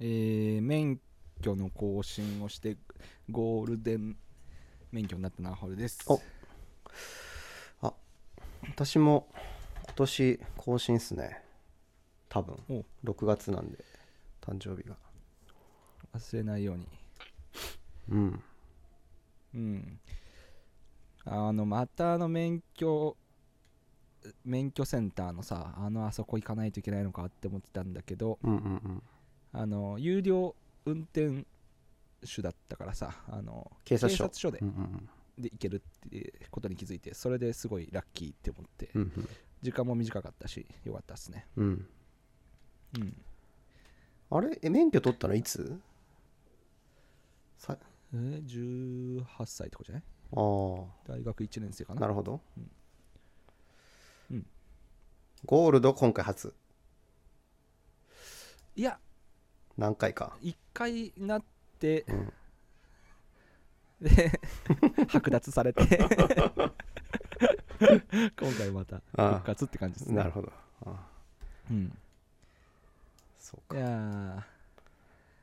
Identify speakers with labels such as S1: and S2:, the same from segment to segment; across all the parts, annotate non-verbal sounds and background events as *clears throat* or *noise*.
S1: えー免許の更新をしてゴールデン免許になったなホルです
S2: お私も今年更新っすね多分
S1: お
S2: 6月なんで誕生日が
S1: 忘れないように
S2: うん
S1: うんあのまたあの免許免許センターのさあのあそこ行かないといけないのかって思ってたんだけど
S2: うんうんうん
S1: あの有料運転手だったからさあの
S2: 警察署
S1: で
S2: うんうん
S1: で行けるってことに気づいてそれですごいラッキーって思って、
S2: うんうん
S1: 時間も短かったしよかったっすね
S2: うんうん
S1: うん
S2: あれえ免許取ったのいつさ
S1: えー、18歳とかじゃない
S2: ああ
S1: 大学1年生かな
S2: なるほど
S1: うん
S2: ゴールド今回初
S1: いや
S2: 何回か
S1: 1回なって、
S2: うん
S1: で *laughs* 剥奪されて *laughs* 今回また
S2: ああ
S1: 復活って感じですね
S2: なるほどあ
S1: うん、
S2: そうか
S1: いやー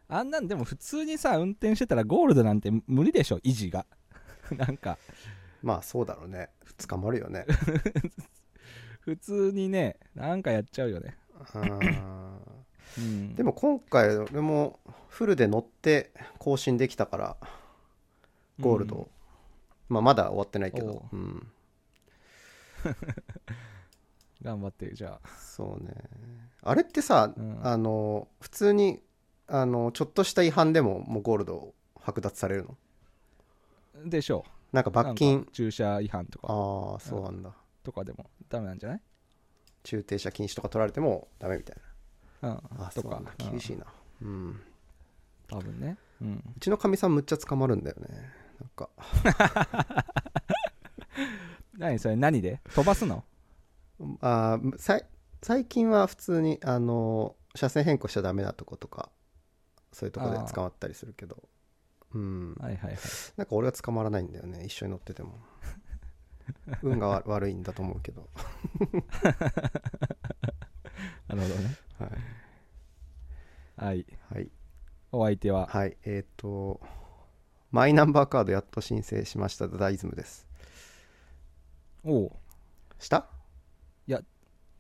S1: あんなんでも普通にさ運転してたらゴールドなんて無理でしょ維持が *laughs* なんか
S2: まあそうだろうね捕まるよ
S1: *laughs*
S2: ね
S1: 普通にねなんかやっちゃうよね、
S2: うん
S1: うん、
S2: でも今回俺もフルで乗って更新できたからゴールド、
S1: うん
S2: まあまだ終わってないけど
S1: お、
S2: うん、
S1: 頑張ってじゃあ
S2: そうねあれってさ、
S1: うん
S2: あの普通にあのちょっとした違反でももうゴールド剥奪されるの
S1: でしょう
S2: なんか罰
S1: なん
S2: 金
S1: か駐車違反とか
S2: ああそうなんだ、
S1: とかでもダメなんじゃない
S2: 駐停車禁止とか取られてもダメみたい
S1: うん
S2: なあ
S1: と
S2: そうな
S1: か
S2: んだ厳しいなうん
S1: うん多分ねうん
S2: うちのかみさんむっちゃ捕まるんだよねなんか
S1: 何それ何で飛
S2: *laughs*
S1: ばすの
S2: あーさい最近は普通にあの車線変更しちゃダメなとことかそういうとこで
S1: あー
S2: 捕まったりするけどうん
S1: はいはいはい
S2: なんか俺は捕まらないんだよね一緒に乗ってても
S1: *laughs*
S2: 運がわ悪いんだと思うけど、
S1: なるほどね
S2: は
S1: はい
S2: い、はい、
S1: お相手は
S2: はい、えっ、とマイナンバーカードやっと申請しましたダダイズムです
S1: おう
S2: した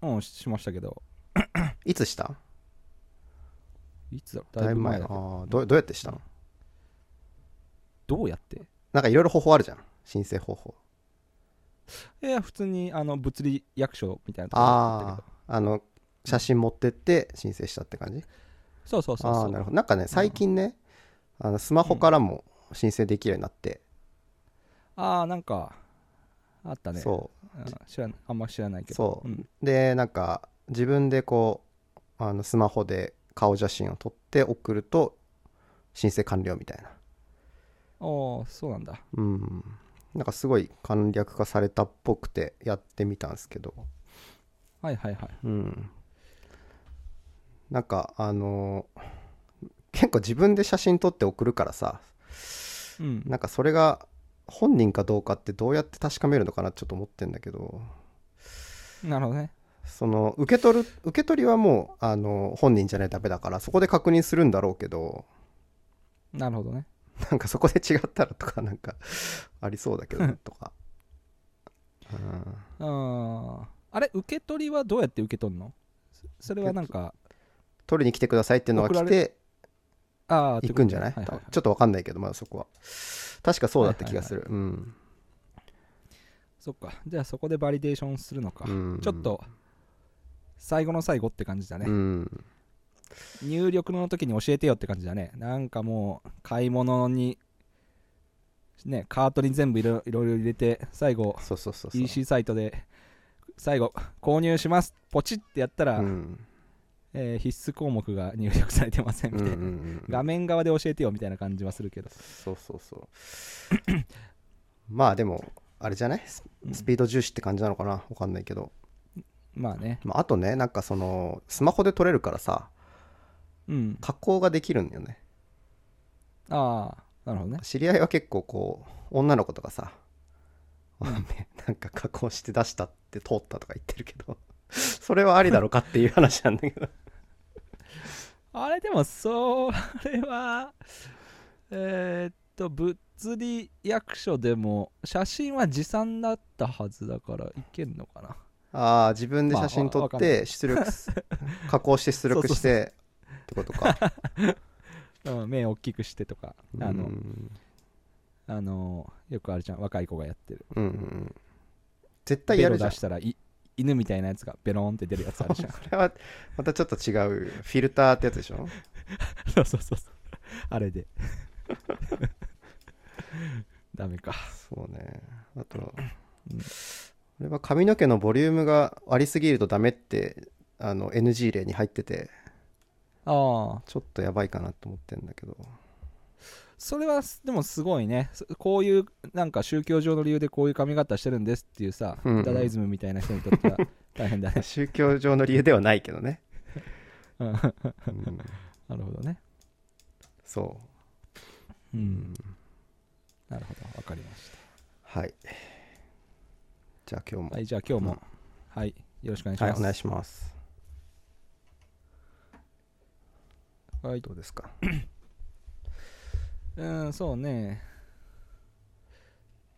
S1: うんししましたけど
S2: いつした
S1: いつだろうだいぶ前
S2: だ
S1: だけ
S2: いぶ
S1: ど
S2: 前あーどうどうやってしたの
S1: どうやって
S2: なんかいろいろ方法あるじゃん申請方法
S1: いや普通にあの物理役所みたいなところだった
S2: あ
S1: けど
S2: ああの写真持ってって申請したって感じ
S1: そうそうそう
S2: あ
S1: そ
S2: あー
S1: う
S2: なるほどなんかね最近ね、あのスマホからも申請できるようになって、
S1: ああなんかあったね
S2: そ
S1: うん知らんあんま知らないけ
S2: う
S1: ど
S2: そう、
S1: ん
S2: でなんか自分でこうあのスマホで顔写真を撮って送ると申請完了みたいな
S1: おおそうなんだ
S2: うんなんかすごい簡略化されたっぽくてやってみたんですけど
S1: はいはいはい
S2: うんなんかあの結構自分で写真撮って送るからさ
S1: うん
S2: なんかそれが本人かどうかってどうやって確かめるのかなってちょっと思ってんだけど
S1: なるほどね
S2: その受け取る受け取りはもうあの本人じゃないとダメだからそこで確認するんだろうけど *laughs*
S1: なるほどね
S2: なんかそこで違ったらとかなんかありそうだけどとか、うん、
S1: ああれ受け取りはどうやって受け取るのそそれはなんか
S2: 取りに来てくださいっていうのが
S1: 送ら
S2: 来
S1: れ
S2: て
S1: ああ
S2: 行くんじゃない
S1: はいはいはい
S2: ちょっと分かんないけどまだそこは確かそうだった気がする、うん
S1: そっかじゃあそこでバリデーションするのか、
S2: うん
S1: ちょっと最後の最後って感じだね、
S2: うん
S1: 入力の時に教えてよって感じだねなんかもう買い物にねカートに全部いろいろいろ入れて最後
S2: そうそうそうそう
S1: EC サイトで最後購入しますポチってやったら、
S2: うん
S1: えー必須項目が入力されてません
S2: う
S1: み
S2: んう
S1: たい
S2: ん
S1: な、
S2: うん
S1: 画面側で教えてよみたいな感じはするけど、
S2: そうそうそうまあでもあれじゃないス
S1: うん
S2: スピード重視って感じなのかな分かんないけど、
S1: まあね
S2: まあ、あとねなんかそのスマホで撮れるからさ
S1: うん
S2: 加工ができるんだよね
S1: ああなるほどね
S2: 知り合いは結構こう女の子とかさ *laughs* なんか加工して出したって通 *laughs*
S1: *laughs*
S2: ったとか言ってるけどそれはありだろうかっていう話なんだけど
S1: あれでもそれはえーっと物理役所でも写真は持参だったはずだからいけんのかな
S2: ああ自分で写真撮
S1: まあわか
S2: っ
S1: んな
S2: て出力
S1: *laughs*
S2: す加工して出力してってことか
S1: うん、目を大きくしてとか、あ
S2: う
S1: の、
S2: ん
S1: あの、よくあるじゃん、若い子がやってる。
S2: うんうん絶対
S1: ベ
S2: や
S1: ロ
S2: るじゃ
S1: 出
S2: ん
S1: し
S2: そ
S1: たらい、犬みたいなやつがベローンって出るやつある
S2: *laughs*
S1: じゃん。
S2: れはまたちょっと違うフィルターってやつでしょ
S1: *laughs* そうそうそうそう。 *laughs* あれで。 *laughs* ダメか。
S2: そうねあとこ
S1: うん
S2: れは髪の毛のボリュームがありすぎるとダメってあの NG 例に入ってて
S1: ああ、
S2: ちょっとやばいかなと思ってんだ
S1: *laughs*
S2: けど
S1: それはすでもすごいね。そこういう、なんか宗教上の理由でこういう髪型してるんですっていうさ、
S2: うんうん
S1: ダダイズムみたいな人にとっては大変
S2: *laughs*
S1: だね。
S2: 宗教上の理由ではないけどね、
S1: *laughs* うんなる
S2: うん、
S1: ほどね。
S2: そうう、
S1: ん。なるほど。わかりまし
S2: はいじゃあ今日も
S1: た。はい、じゃあ今日も、
S2: うん
S1: はい、よろしくお願いし
S2: はい
S1: ま
S2: お
S1: す。
S2: 願いします
S1: はい
S2: どうですか
S1: うんそうね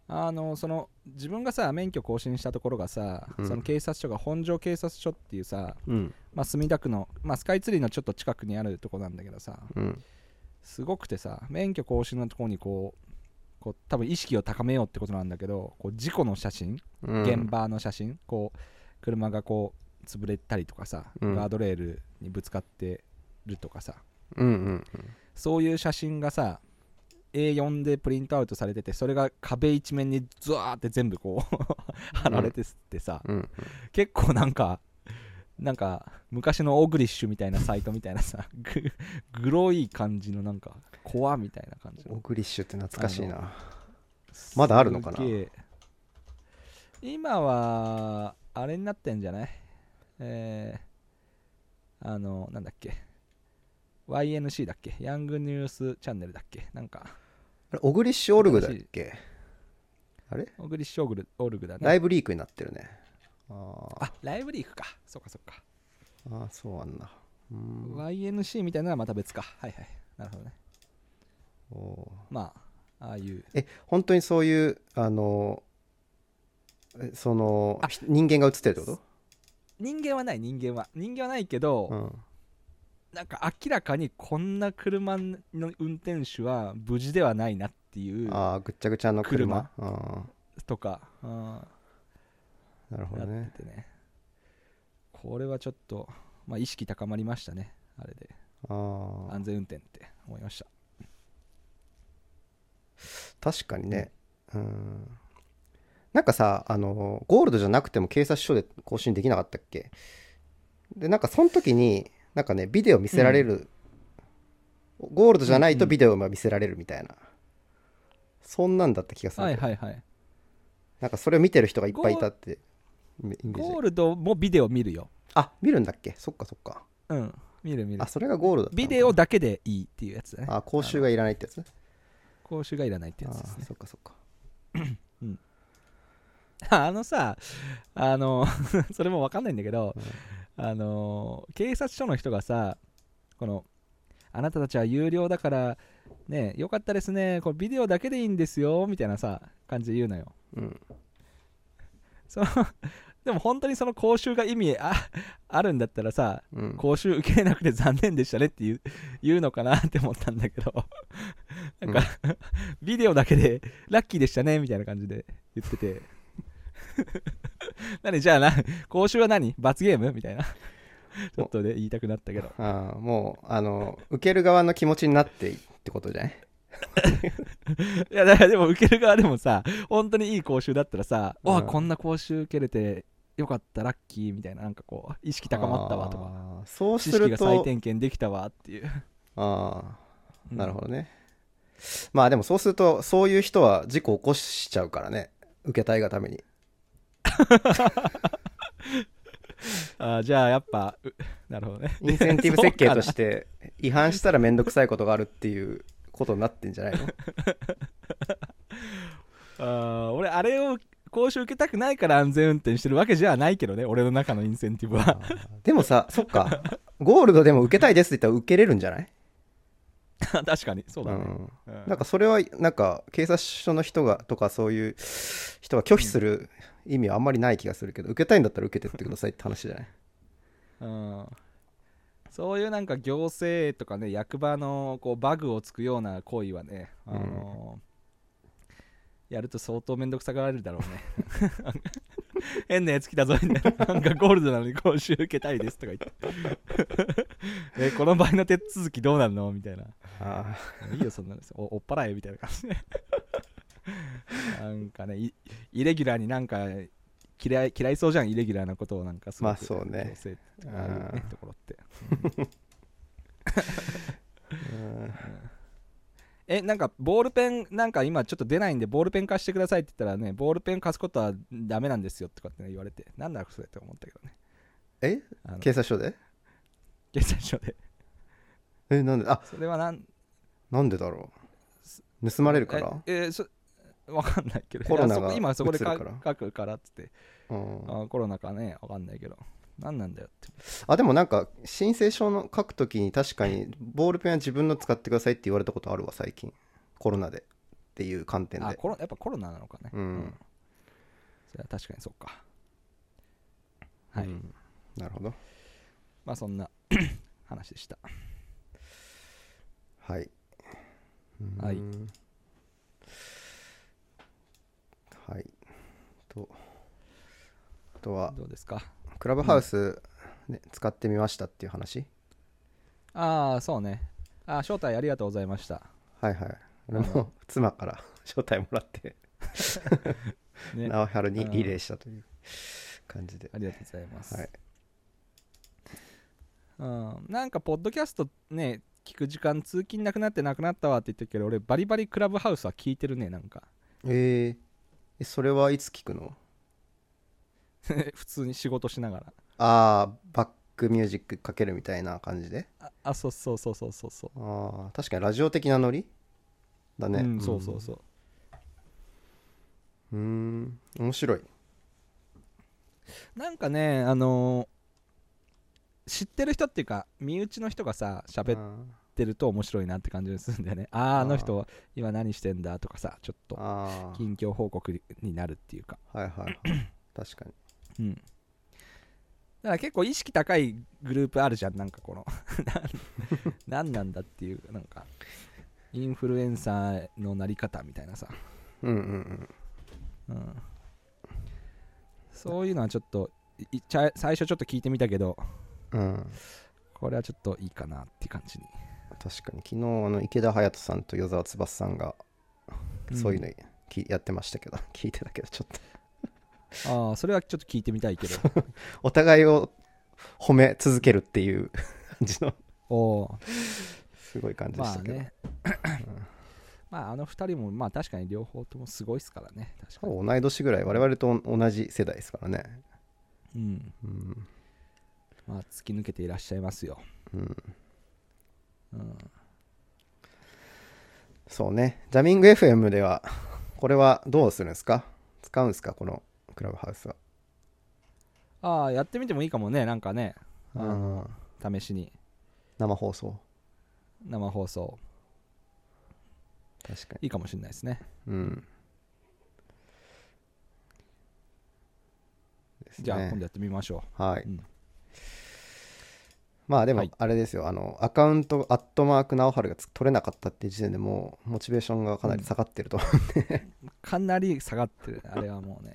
S1: あのその自分がさ免許更新したところがさ、
S2: うん
S1: その警察署が本庄警察署っていうさ、
S2: うん
S1: まあ、墨田区の、まあ、スカイツリーのちょっと近くにあるとこなんだけどさ
S2: うん
S1: すごくてさ免許更新のところにこうこう多分意識を高めようってことなんだけどこう事故の写真
S2: うん
S1: 現場の写真、こう車がこう潰れたりとかさ、
S2: うん
S1: ガードレールにぶつかってるとかさ
S2: うんうん
S1: そういう写真がさ A4 でプリントアウトされててそれが壁一面にズワーって全部こう貼られてってさ、
S2: うん
S1: 結構なんかなんか昔のオグリッシュみたいなサイトみたいなさググロい感じのなんか怖みたいな感じ
S2: オ
S1: の
S2: グリッシュって懐かしいなまだあるのかな
S1: すげえ今はあれになってんじゃないえー、あのなんだっけ YNC だっけヤングニュースチャンネルだっけなんか
S2: あれオグリッシュオルグだっけあれ
S1: オグリッシュオグルオルグだね
S2: ライブリークになってるねあー
S1: あライブリークかそうかそうか、
S2: あーそうあんなうーん
S1: YNC みたいなのはまた別かはいはいなるほどね
S2: おー
S1: まあああいう
S2: え本当にそういうあのえその
S1: あ
S2: ひ人間が映ってるってこ
S1: 人間はない人間は人間はないけど、
S2: とうん
S1: なんか明らかにこんな車の運転手は無事ではないなっていう
S2: ああぐっちゃぐちゃの車うん
S1: とか、うん
S2: なるほど
S1: なっ
S2: ね
S1: ててねこれはちょっと、まあ、意識高まりましたねあれで
S2: あー
S1: 安全運転って思いました
S2: 確かにねうんなんかさあのゴールドじゃなくても警察署で更新できなかったっけでなんかその時になんかねビデオ見せられる、ゴールドじゃないとビデオが見せられるみたいな、そんなんだった気がするんだ
S1: はい
S2: けど、
S1: はいはい
S2: なんかそれを見てる人がいっぱいいたってイメージ
S1: ゴールドもビデオ見るよ
S2: あ見るんだっけそっかそっか
S1: うん見る見る
S2: あそれがゴールドだったの
S1: ビ
S2: か
S1: デオだけでいいっていうやつだね
S2: あ講習がいらないってやつ
S1: 講習がいらないってやつです
S2: あ
S1: ね
S2: そっかそっか
S1: *laughs* あのさあの *laughs* それもわかんないんだけど
S2: うん、
S1: あの警察署の人がさこのあなたたちは有料だからねよかったですねこれビデオだけでいいんですよみたいなさ感じで言うのよ
S2: うん
S1: そのでも本当にその講習が意味 *laughs* ああるんだったらさ
S2: うん
S1: 講習受けれなくて残念でしたねっていう言うのかなって思ったんだけ
S2: *laughs*
S1: どなんか、ビデオだけでラッキーでしたねみたいな感じで言ってて *laughs* 何じゃあな講習は何罰ゲームみたいなちょっとで言いたくなったけど
S2: あーもうあの受ける側の気持ちになってってことじゃない
S1: いやだからでも受ける側でもさ本当にいい講習だったらさ、
S2: うん
S1: わあこんな講習受けれてよかったラッキーみたいななんかこう意識高まったわとか
S2: あーそう
S1: 知
S2: す
S1: 識
S2: る
S1: が
S2: と
S1: 再点検できたわっていう、
S2: ああなるほ
S1: ど
S2: どね、まあでもそうするとそういう人は事故を起こしちゃうからね受けたいがために
S1: あーじゃあやっぱう *laughs* なるほどね
S2: インセン
S1: *laughs*
S2: ティブ設計と
S1: て
S2: して違反したら面倒くさいことがあるっていうことになってんじゃないの
S1: あー俺あれを講習受け
S2: *laughs*
S1: たくないから安全運転してるわけじゃないけどね俺の中のインセンティブ
S2: あ
S1: は
S2: ーでもさそっかゴールドでも受けたいですって言ったら受けれるんじゃない
S1: 確かにそうだね、
S2: ん、
S1: うん
S2: なんかそれはなんか警察署の人がとかそういう人が拒否する意味はあんまりない気がするけど受けたいんだったら受けてってくださいって話じゃない
S1: うん、そういうなんか行政とかね役場のこうバグをつくような行為はね、あのーやると相当面倒くさがられるだろうね *laughs* 変なやつ来たぞみたいななんかゴールドなのに講習受けたいですとか言って *laughs* えこの場合の手続きどうなるのみたいな
S2: あ
S1: いいよそんなのお追っ払えみたいな感じでなんかねいイレギュラーになんか嫌い嫌いそうじゃんイレギュラーなことをなんかすご
S2: ま
S1: く
S2: あそうね
S1: 女性ってああいうね
S2: うん
S1: ところって
S2: うん
S1: えなんかボールペンなんか今ちょっと出ないんでボールペン貸してくださいって言ったらねボールペン貸すことはダメなんですよとかって、ね、言われてなんだろうそれって思ったけどね
S2: え
S1: あの
S2: 警察署で
S1: 警察署で
S2: えなんであ
S1: それはなん
S2: なんでだろう盗まれるから
S1: ええそわかんないけど
S2: コロナが
S1: いやそこ今そこでか
S2: 移るから
S1: 書くからっつって、
S2: うん
S1: あコロナかねわかんないけど何なんだよって
S2: あでもなんか申請書の書くときに確かにボールペンは自分の使ってくださいって言われたことあるわ最近コロナでっていう観点
S1: あ
S2: で
S1: コロやっぱコロナなのかね
S2: うん
S1: それは確かにそうかはい、
S2: うんなるほど
S1: まあそんな *clears throat* 話でした
S2: はい。
S1: は
S2: ー
S1: いう
S2: ん。はい。と、あとは、
S1: どうですか
S2: クラブハウス、ね使ってみましたっていう話
S1: ああそうねあー招待ありがとうございました
S2: はいはい。俺も *laughs* 妻から招待もらって、
S1: ね
S2: 直春
S1: う
S2: に
S1: ん
S2: リレーしたという感じで。
S1: ありがとうございます、
S2: はい。
S1: うん、なんかポッドキャストね聞く時間通勤なくなってなくなったわって言ってるけど俺バリバリクラブハウスは聞いてるねなんか *laughs*
S2: えーえ、それはいつ聞くの
S1: 普通に仕事しながら
S2: ああ、バックミュージックかけるみたいな感じで。
S1: ああそうそうそうそうそうそう
S2: ああ、確かにラジオ的なノリだね。
S1: うん、そうそうそう
S2: うーん、面白い。
S1: なんかねあのー知ってる人っていうか身内の人がさ
S2: あ
S1: 喋
S2: ー
S1: ってると面白いなって感じがするんだよねああ
S2: あー
S1: あの人は今何してんだとかさちょっと
S2: あー
S1: 近況報告になるっていうか
S2: はいはい
S1: *clears throat*
S2: はい確かに
S1: うんだから結構意識高いグループあるじゃんなんかこの *laughs* なん何なんだっていうなんかインフルエンサーのなり方みたいなさ、
S2: うんうんうん
S1: うん、そういうのはちょっといちゃ最初ちょっと聞いてみたけど
S2: うん、
S1: これはちょっといいかなって感じに
S2: 確かに昨日あの池田隼人さんと与沢翼さんが
S1: うん
S2: そういうのき、やってましたけど *laughs* 聞いてたけどちょっと
S1: ああそれはちょっと聞いてみたいけど
S2: お互いを褒め続けるっていう感じの
S1: おお
S2: すごい感じで
S1: ま
S2: し
S1: あ
S2: たけど、
S1: ねまああの2人もまあ確かに両方ともすごいですからね確かに、
S2: 多分同い年ぐらい我々と同じ世代ですからね
S1: うん
S2: うん、
S1: まあ、突き抜けていらっしゃいますよ、
S2: うん、
S1: うん、
S2: そうねジャミング FM ではこれはどうするんですか使うんですかこのクラブハウスは
S1: ああやってみてもいいかもねなんかねあ
S2: うん
S1: の試しに
S2: 生放送
S1: 生放送
S2: 確かに
S1: いいかもしれないですね
S2: うん。ですね
S1: じゃあ今度やってみましょ
S2: はい、
S1: うん
S2: まあで
S1: は
S2: も
S1: い
S2: あれですよ、あのアカウントアットマーク直春がつ取れなかったっていう時点でもうモチベーションがかなり下がってると、
S1: うかなり下がってるあれはもうね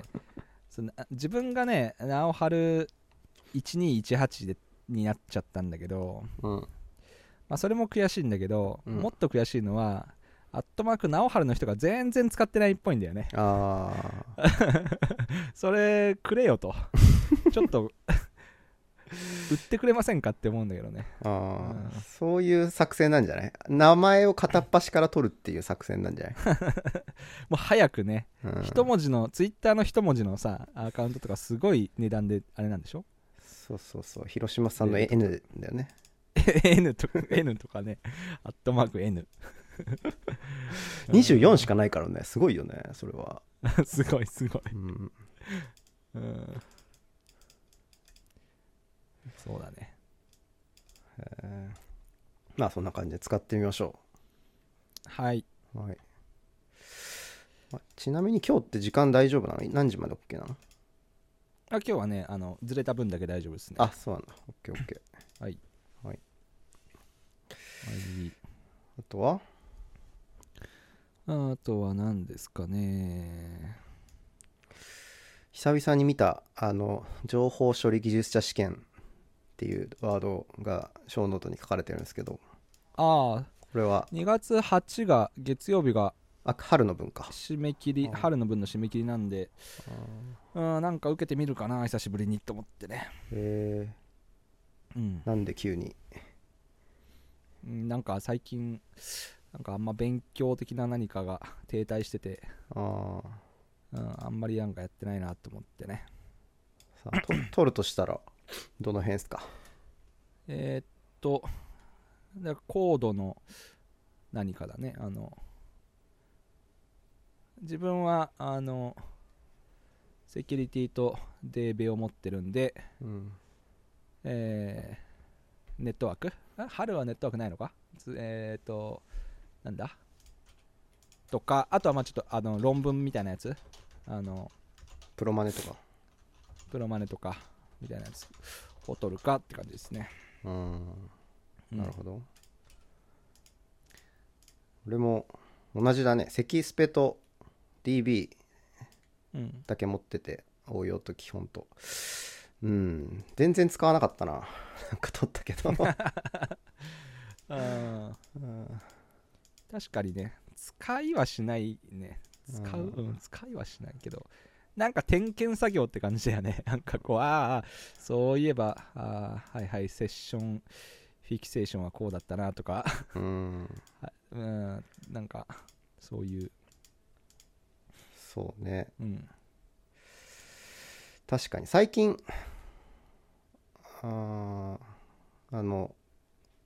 S1: そのあ自分がね直春1218でになっちゃったんだけど、
S2: *laughs* うん、
S1: まあ、それも悔しいんだけど、
S2: うん
S1: もっと悔しいのはアットマーク直春の人が全然使ってないっぽいんだよね
S2: ああ
S1: それくれ
S2: *laughs*
S1: よとちょっと売ってくれませんかって思うんだけどね
S2: あー、
S1: うん
S2: そういう作戦なんじゃない名前を片っ端から取るっていう作戦なんじゃない、
S1: もう早くね
S2: うん
S1: 一文字のツイッターの一文字のさアカウントとかすごい値段であれなんでしょ
S2: そうそうそう広島さんの N だよね
S1: N, と N とかねアットマーク N
S2: 24しかないからねすごいよねそれは、
S1: すごいすごい、
S2: うん、
S1: うん、そうだね
S2: まあそんな感じで使ってみましょ
S1: はい。
S2: う。はい。まあちなみに今日って時間大丈夫なの何時まで OK なの
S1: あ今日はね、あの、ずれた分だけ大丈夫ですね。
S2: あ、そうなんだ。OK、OK。
S1: はい。
S2: はい。
S1: はい。
S2: あとは
S1: あとは何ですかね。
S2: 久々に見たあの情報処理技術者試験っていうワードが小ノートに書かれてるんですけどこ
S1: ああ、
S2: れは
S1: 2月8が、月曜日が
S2: あ春の文か
S1: 締め切り、
S2: あー
S1: 春の分の締め切りなんで、うん、なんか受けてみるかな、久しぶりにと思ってね。
S2: え
S1: うん
S2: ー、。なんで急に
S1: うんなんか最近、なんかあんま勉強的な何かが停滞してて、
S2: あー
S1: うん、あんまりなんかやってないなと思ってね。
S2: さあと取るとしたらどの辺ですか
S1: えーっと、だからコードの何かだね。あの、自分は、あの、セキュリティとデーベを持ってるんで、
S2: うん
S1: えーネットワークあ春はネットワークないのかつえっ、と、なんだとか、あとはまあちょっとあの論文みたいなやつ、あの、
S2: プロマネとか
S1: プロマネとかみたいなやつを取るかって感じですね。
S2: うん
S1: うん
S2: なるほど、俺も同じだねセキスペと DB
S1: うん。
S2: だけ持ってて応用と基本とうん全然使わなかったな *laughs* なんか取ったけ
S1: *laughs*
S2: ど
S1: うん
S2: うん
S1: 確かにね、使いはしないね。使う、
S2: う
S1: うんん、使いはしないけど、なんか点検作業って感じだよね。なん *laughs* かこう、あーあー、そういえば、あーはいはい、セッション、フィキセーションはこうだったなとか、 *laughs*
S2: うん
S1: はうん、なんか、そういう、
S2: そうね
S1: うん、
S2: 確かに最近あーあの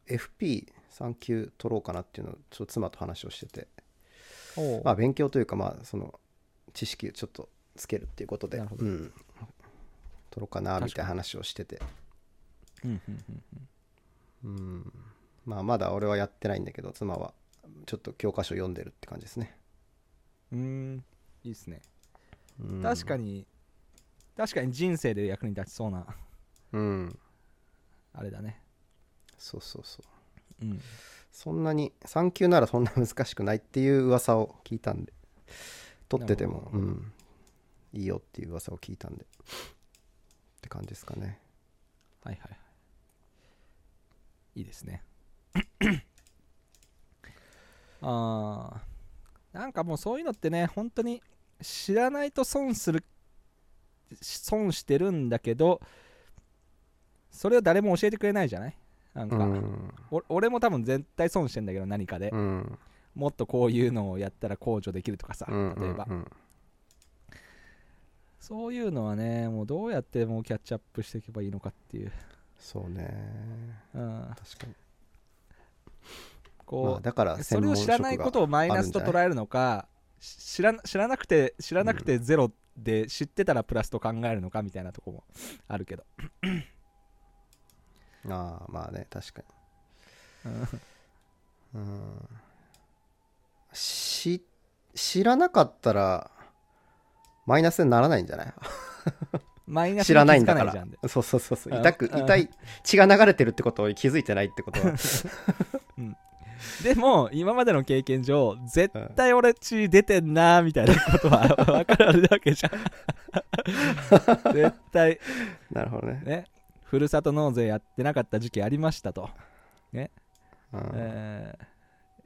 S2: FP3 級取ろうかなっていうのをちょっと妻と話をしてて
S1: お
S2: まあ勉強というかまあその知識をちょっとつけるっていうことで
S1: なるほど
S2: うん取ろうかなみ
S1: 確
S2: た
S1: か
S2: いな
S1: に
S2: 話をしてて
S1: うんうんうんうん
S2: うんまあまだ俺はやってないんだけど妻はちょっと教科書読んでるって感じですね
S1: うーん、いいっすね。確か
S2: に
S1: に、確かに人生で役に立ちそうな、
S2: うん
S1: あれだね。
S2: そうそうそう
S1: うん、
S2: そんなに3級ならそんな難しくないっていう噂を聞いたんで取ってて
S1: なる
S2: も
S1: ほ
S2: う
S1: ど
S2: んいいよっていう噂を聞いたんでって感じですかね
S1: はいはいはい。いいですね。 *coughs* あーなんかもうそういうのってね、本当に知らないと損する、損してるんだけど、それを誰も教えてくれないじゃないなん
S2: う
S1: か、
S2: ん
S1: お俺も多分絶対損してんだけど何かで、
S2: うん
S1: もっとこういうのをやったら控除できるとかさ、
S2: うん
S1: 例えば、
S2: うん
S1: そういうのはねもうどうやってもうキャッチアップしていけばいいのかっていう、
S2: そうね
S1: うん、
S2: 確かにま
S1: こ
S2: あ
S1: う、
S2: だから
S1: そ
S2: 専
S1: れを
S2: 門
S1: 知
S2: 職
S1: らない
S2: が
S1: ことをマイナスと
S2: あるんじゃ
S1: 捉えるのかし知らな知らなくて知らなくてゼロで知ってたらプラスと考えるのかみたいなとこもあ
S2: *laughs*
S1: るけど、
S2: ああまあね確か
S1: うん
S2: にうんし知らなかったらマイナスにならないんじゃない
S1: マイナス
S2: 知
S1: に
S2: らないん
S1: 気づか
S2: だか
S1: ないじゃ
S2: ら
S1: んで。
S2: そうそうそうそう。
S1: うん
S2: 痛く、
S1: うん
S2: 痛い、血が流れてるってことを気づいてないってこと
S1: *laughs*
S2: は。
S1: でも今までの経験上絶対俺血出てんなーみたいなことは分かるわけじゃ
S2: *laughs*
S1: ん絶対
S2: なるほどね。
S1: ねふるさと納税やってなかった時期ありましたと、
S2: うん
S1: え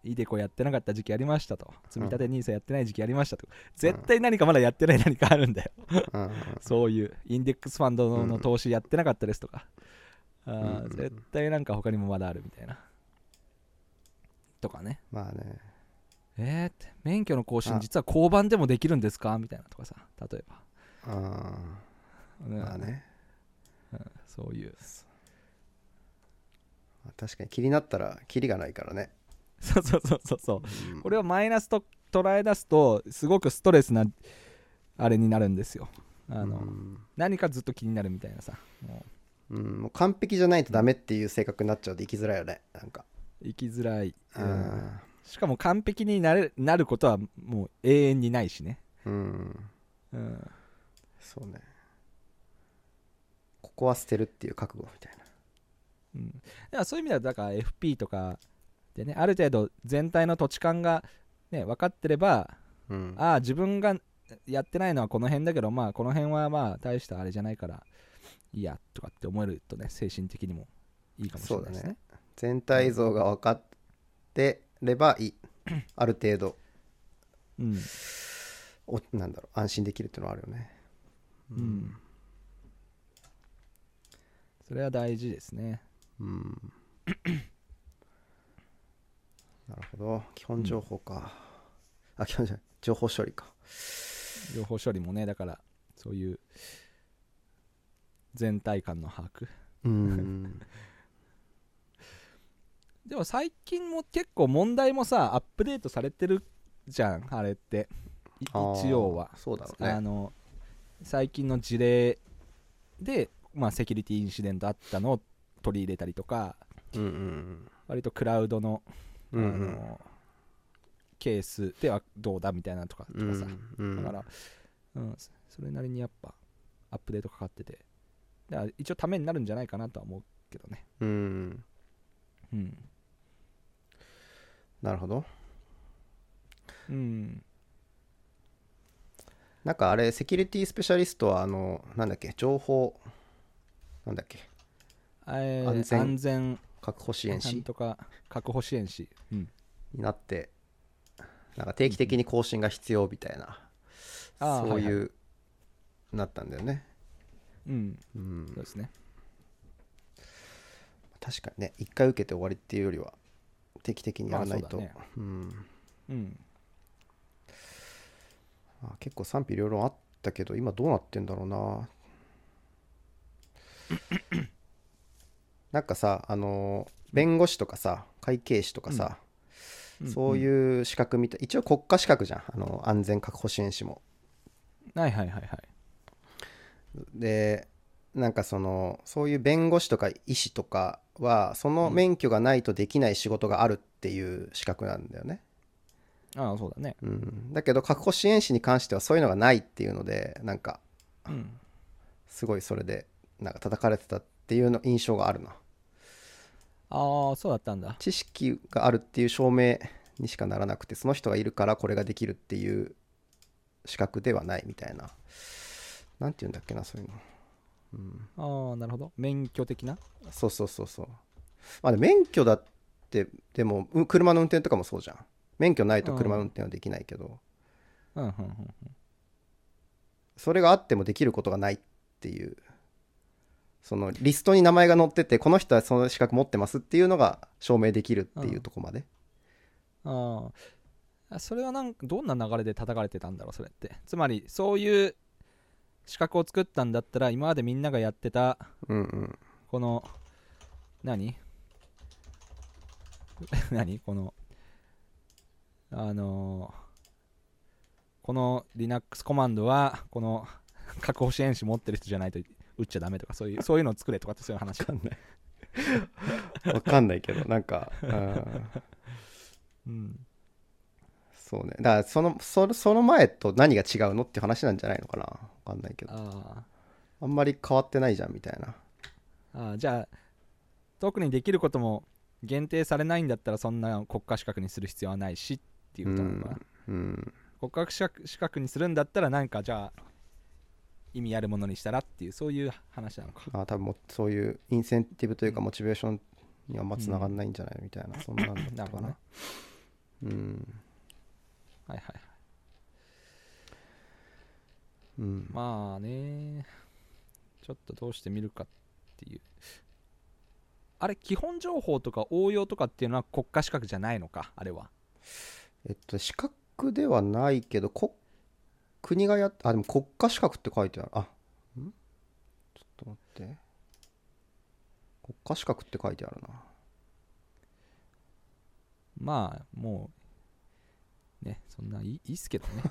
S1: ー、イデコやってなかった時期ありましたと積み立て NISA やってない時期ありましたと絶対何かまだやってない何かあるんだよ
S2: うんうん
S1: そういうインデックスファンドの
S2: うん
S1: の投資やってなかったですとか、あー
S2: うんうんうん
S1: 絶対なんか他にもまだあるみたいな。とかね。
S2: まあね。
S1: えー、って免許の更
S2: あ
S1: 新実は交番でもできるんですかみたいなとかさ例えば、
S2: うん
S1: うん
S2: まあね。
S1: そういう
S2: 確かに気になったら、キリがないからね。
S1: そうそうそうそうそう
S2: うん
S1: これをマイナスと捉え出すとすごくストレスなあれになるんですよあの、
S2: うん
S1: 何かずっと気になるみたいなさも
S2: うんもう完璧じゃないとダメっていう性格になっちゃうと生きづらいよね。なんか。
S1: う生きづらい、
S2: う
S1: うん
S2: ん
S1: しかも完璧になれなることはもう永遠にないしね、
S2: うん
S1: うん、
S2: そうねここは捨てるっていう覚悟みたいな
S1: うん、だからそういう意味ではだから FP とかでねある程度全体の土地感が、ね、分かってれば
S2: うん
S1: ああ自分がやってないのはこの辺だけどまあこの辺はまあ大したあれじゃないからいいやとかって思えるとね精神的にもいいかもしれないですね
S2: 全体像が分かってれば *clears throat* いいある程度
S1: うん
S2: おなんだろう安心できるっていうのはあるよね
S1: うんそれは大事ですね
S2: うん *clears throat* なるほど基本情報か、あ基本じゃない情報処理か
S1: 情報処理もねだからそういう全体感の把握
S2: うん *laughs*
S1: でも最近も結構問題もさアップデートされてるじゃんあれってい一
S2: あー
S1: 応は
S2: そうだろう
S1: あ
S2: ね
S1: の最近の事例で、まあ、セキュリティインシデントあったのを取り入れたりとか
S2: うんうん
S1: 割とクラウドの,、
S2: うんうん
S1: あのケースではどうだみたいなとかと
S2: うん
S1: かさ、
S2: うん
S1: だから、うん、そそれなりにやっぱアップデートかかっててだから一応ためになるんじゃないかなとは思うけどね、
S2: うん
S1: うん
S2: なるほど
S1: うん、
S2: なんかあれセキュリティスペシャリストはあのなんだっけ情報なんだっけ
S1: えー
S2: 安
S1: 安
S2: 全
S1: 全
S2: 確保支援
S1: なん
S2: 士
S1: とか確保支援士、うん、
S2: になってなんか定期的に更新が必要みたいな、
S1: あー
S2: そういう、
S1: は
S2: なったんだよね、
S1: うん、
S2: うん
S1: そうですね
S2: 確かにね一回受けて終わりっていうよりは定期的にやらない
S1: まあ
S2: と、
S1: そううだね
S2: ん
S1: うん
S2: あ結構賛否両論あったけど今どうなってんだろうな
S1: *coughs*
S2: なんかさあのー弁護士とかさ会計士とかさ、そう
S1: うん、
S2: いう資格みたい一応国家資格じゃんあの安全確保支援士も
S1: はいはいはいはい
S2: でなんかそのそういう弁護士とか医師とかはその
S1: うん
S2: 免許がないとできない仕事があるっていう資格なんだよね、
S1: ああそうだね
S2: うん、だけど確保支援士に関してはそういうのがないっていうのでなんか
S1: うん
S2: すごいそれでなんか叩かれてたっていうの印象があるな
S1: ああそうだったんだ
S2: 知識があるっていう証明にしかならなくてその人がいるからこれができるっていう資格ではないみたいななんて言うんだっけなそういうの、うん、
S1: ああなるほど免許的な
S2: そうそうそうそうまあでも免許だってでもう車の運転とかもそうじゃん免許ないと車の運転はできないけど、
S1: うんうんうん
S2: それがあってもできることがないっていうそのリストに名前が載っててこの人はその資格持ってますっていうのが証明できるっていうとこまで、
S1: あーあそれはなんかどんな流れで叩かれてたんだろうそれってつまりそういう資格を作ったんだったら今までみんながやってた
S2: うんうん
S1: この何 *laughs* 何このあのーこの Linux コマンドはこの *laughs* 確保支援士持ってる人じゃないと打っちゃダメとかそういうそういうのを作れとかってそういう話
S2: かんないわかんないけどなんか、うん、
S1: うん
S2: そうねだからそのそのその前と何が違うのっていう話なんじゃないのかなわかんないけど
S1: あ
S2: あんまり変わってないじゃんみたいな
S1: ーあーじゃあ特にできることも限定されないんだったらそんな国家資格にする必要はないしっていうことなのかな、
S2: うん
S1: 骨格資格資格にするんだったらなんかじゃあ意味あるものにしたらっていうそういう話なのか
S2: あ多分もうそういうインセンティブというかモチベーションにはあんまつながんないんじゃないみたいな、そんなんだった
S1: なるほ
S2: か
S1: どね
S2: なうん
S1: はいはいはい
S2: うん
S1: まあねちょっとどうしてみるかっていうあれ基本情報とか応用とかっていうのは国家資格じゃないのかあれは
S2: えっと資格ではないけどこ国がやっあでも国家資格って書いてあるあんちょっと待って国家資格って書いてあるな
S1: まあもうねそんないいいいっすけどね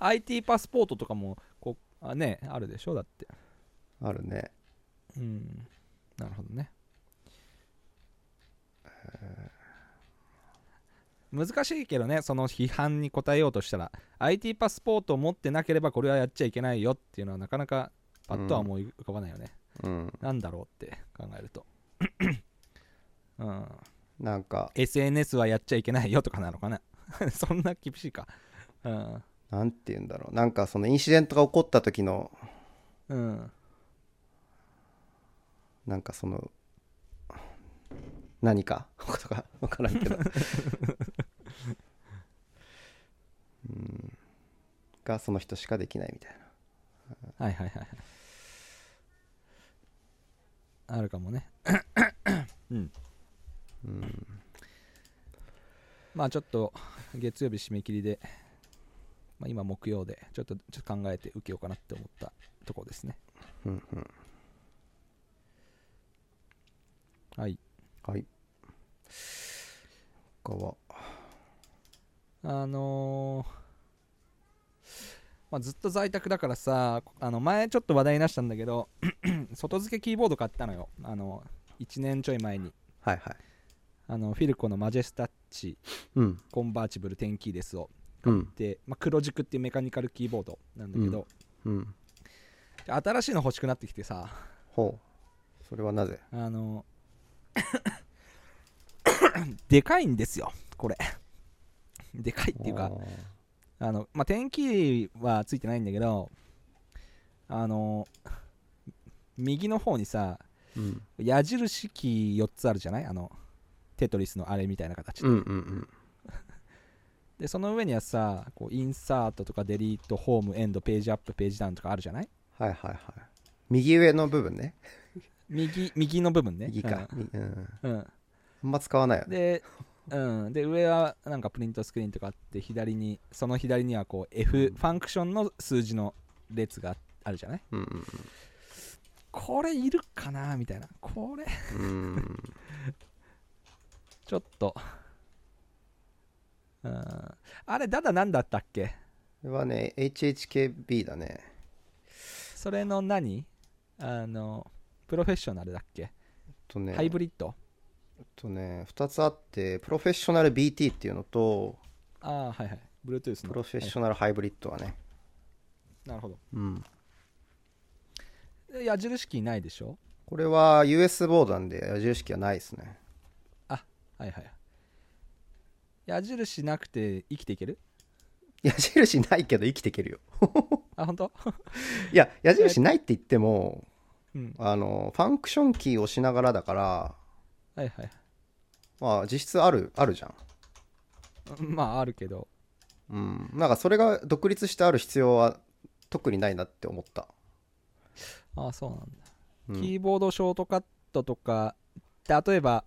S1: IT パスポートとかもこあねあるでしょだって
S2: あるね
S1: うんなるほどね難しいけどねその批判に応えようとしたら IT パスポートを持ってなければこれはやっちゃいけないよっていうのはなかなかパッとは思い浮かばないよね、
S2: うん、
S1: なんだろうって考えると、うん、
S2: なんか
S1: SNS はやっちゃいけないよとかなのかな *laughs* そんな厳しいかうん
S2: なんて言うんだろうなんかそのインシデントが起こった時の
S1: うん
S2: なんかその何かとか分からんけどうんがその人しかできないみたいな
S1: はいはいはいはいあるかもねうん
S2: うん
S1: まあちょっと月曜日締め切りで、まあ、今木曜でちょっとちょっと考えて受けようかなって思ったところですね
S2: うんうん
S1: はい
S2: はい他は
S1: あのーまあ、ずっと在宅だからさあの前ちょっと話題になしたんだけど *clears throat* 外付けキーボード買ったのよあの1年ちょい前に
S2: はいはい
S1: あのフィルコのマジェスタッチ
S2: うん
S1: コンバーチブル10キーですを
S2: うん
S1: で、まあ、黒軸っていうメカニカルキーボードなんだけど、
S2: うん
S1: 新しいの欲しくなってきてさ
S2: ほうそれはなぜ
S1: あの *coughs* でかいんですよこれでかいっていうか
S2: あー
S1: あの、まあ、天気はついてないんだけど、あの、右の方にさ、
S2: うん
S1: 矢印キー4つあるじゃないあの、テトリスのあれみたいな形で。
S2: うんうん
S1: で、その上にはさ、こうインサートとかデリート、ホーム、エンド、ページアップ、ページダウンとかあるじゃない
S2: はいはいはい右上の部分ね
S1: 右、右の部分ね。
S2: 右か、みうん、
S1: うん。うん。
S2: あんま使わないよね
S1: で、うん、で上はなんかプリントスクリーンとかあって左にその左にはこう F ファンクションの数字の列があるじゃない
S2: うんうん
S1: これいるかなみたいなこれ
S2: うんうん
S1: ちょっと。うん、あれ、ダダ何だったっけ
S2: これはね HHKB だね
S1: それの何あの、プロフェッショナルだっけ、
S2: とね
S1: ハイブリッド
S2: えっとね2つあってプロフェッショナル BT っていうのと
S1: ああ、はいはい。Bluetooth の。
S2: プロフェッシ
S1: ョ
S2: ョナルハイブリッドはね、
S1: ナル。なるほど
S2: うん、
S1: で。矢印キーないでしょ
S2: これは US ボードなんで矢印機はないですね *laughs*
S1: はいはい。矢印なくて生きていける
S2: 矢印ないけど生きていけるよ
S1: あ、本当 *laughs*
S2: いや矢印ないって言っても
S1: うん。
S2: あのファンクションキーを押しながらだから
S1: はいはい。
S2: まあ実質あるあるじゃん
S1: まあ、あるけど。
S2: うんなんかそれが独立してある必要は特にないなって思った、
S1: ああ、そうなんだ。
S2: うん
S1: キーボードショートカットとか例えば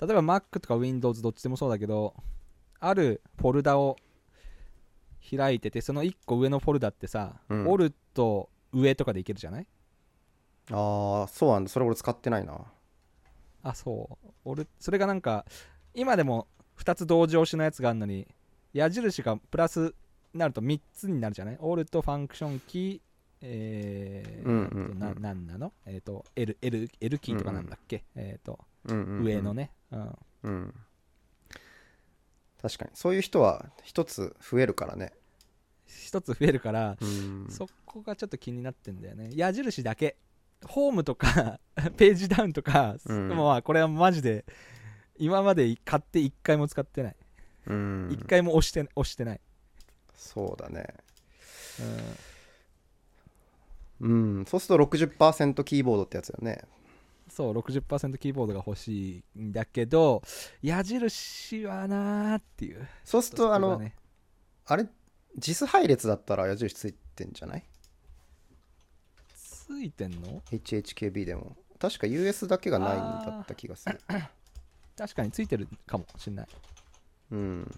S1: 例えば Mac とか Windows どっちでもそうだけどあるフォルダを開いててその1個上のフォルダってさ、
S2: うん
S1: オルト上とかでいけるじゃない
S2: ああそうなんだそれ俺使ってないな
S1: あそうオルそれがなんか今でも2つ同時押しのやつがあるのに矢印がプラスになると3つになるじゃないオルトファンクションキーえー
S2: うんうんうん
S1: あとななんなのえっ、と L, L, L キーとかなんだっけ、えっ、と
S2: うんうんうん
S1: 上のね、うん、
S2: うん確かにそういう人は一つ増えるからね
S1: 一つ増えるから、
S2: うん
S1: そこがちょっと気になってんだよね矢印だけホームとか *laughs* ページダウンとか、
S2: うん
S1: もうまあこれはマジで今まで買って一回も使ってない
S2: うん
S1: 一、回も押して押してない、
S2: そうだね
S1: うん
S2: うんそうすると60%キーボードってやつだよね
S1: そう60%キーボードが欲しいんだけど矢印はなーっていう
S2: そうするとあの、
S1: ね
S2: あれ JIS 配列だったら矢印ついてんじゃない
S1: ついてんの
S2: ?HHKB でも確か US だけがないんだった気がする
S1: 確かについてるかもしんない *laughs*
S2: うん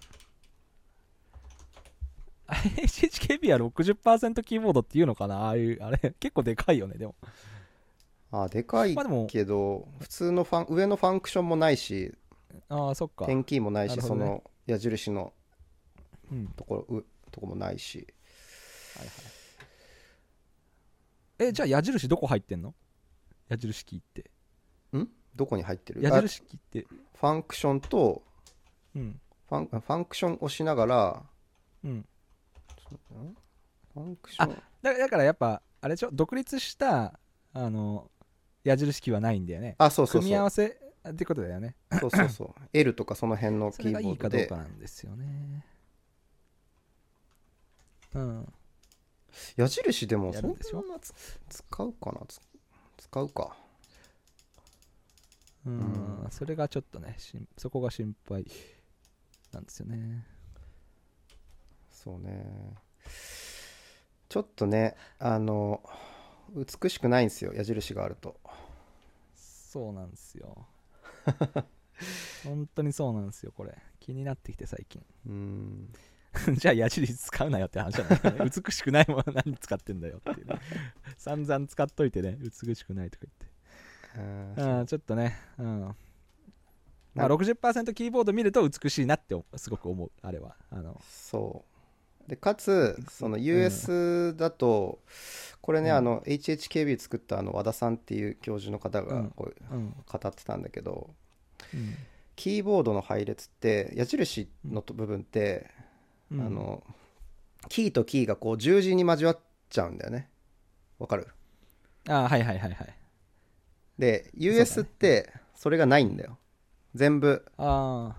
S1: あ HHKB は60%キーボードっていうのかなああいうあれ結構でかいよねでも
S2: あーでかい
S1: まあでも
S2: けど普通のファン上のファンクションもないし
S1: ああそっか
S2: 点キーもないし、
S1: なるほ
S2: そ
S1: どね
S2: の矢印の
S1: うん
S2: ところうとこもないし
S1: はいはい、えじゃあ矢印どこ入ってんの矢印キーって
S2: んどこに入ってる
S1: 矢
S2: あ
S1: 印キーって
S2: ファンクションと
S1: うん
S2: ファンファンクション押しながら
S1: うん
S2: んファンクション
S1: だだからやっぱあれでしょ独立したあの矢印キーはないんだよね
S2: あそうそう
S1: 組み合
S2: そ
S1: わ
S2: う
S1: せってことだよね
S2: そうそうそう L とかその辺の
S1: そ
S2: キ
S1: れ
S2: ー
S1: がい
S2: ボ
S1: い
S2: ード
S1: かどう
S2: で
S1: かなんですよねうん
S2: 矢印でも
S1: や
S2: そ
S1: る
S2: ん
S1: んでしょ
S2: なつ使うかなつ使うか
S1: うん、
S2: うん
S1: それがちょっとねしんそこが心配なんですよね
S2: そうねちょっとねあの美しくないんですよ矢印があると
S1: そうなんです
S2: *laughs*
S1: よ本当にそうなんですよこれ気になってきて最近
S2: うん
S1: *laughs* じゃあ矢印使うなよって話じゃない、
S2: *laughs*
S1: ね、美しくないもの何使ってんだよっていうね、 *laughs* 散々使っといてね美しくないとか
S2: あ
S1: 言って
S2: ー
S1: うんちょっとねうんま
S2: な
S1: あ、60%キーボード見ると美しいなっておすごく思うあれはあの
S2: そうでかつその US だとこれね、
S1: うん
S2: あの HHKB 作ったあの和田さんっていう教授の方
S1: う
S2: が
S1: ん
S2: こう
S1: うん、
S2: 語ってたんだけど、
S1: うん
S2: キーボードの配列って矢印のと部分って、
S1: うん
S2: あのキーとキーがこう十字に交わっちゃうんだよねわかる
S1: あはいはいはいはい
S2: で
S1: そ
S2: US
S1: うだね
S2: ってそれがないんだよ全部
S1: あ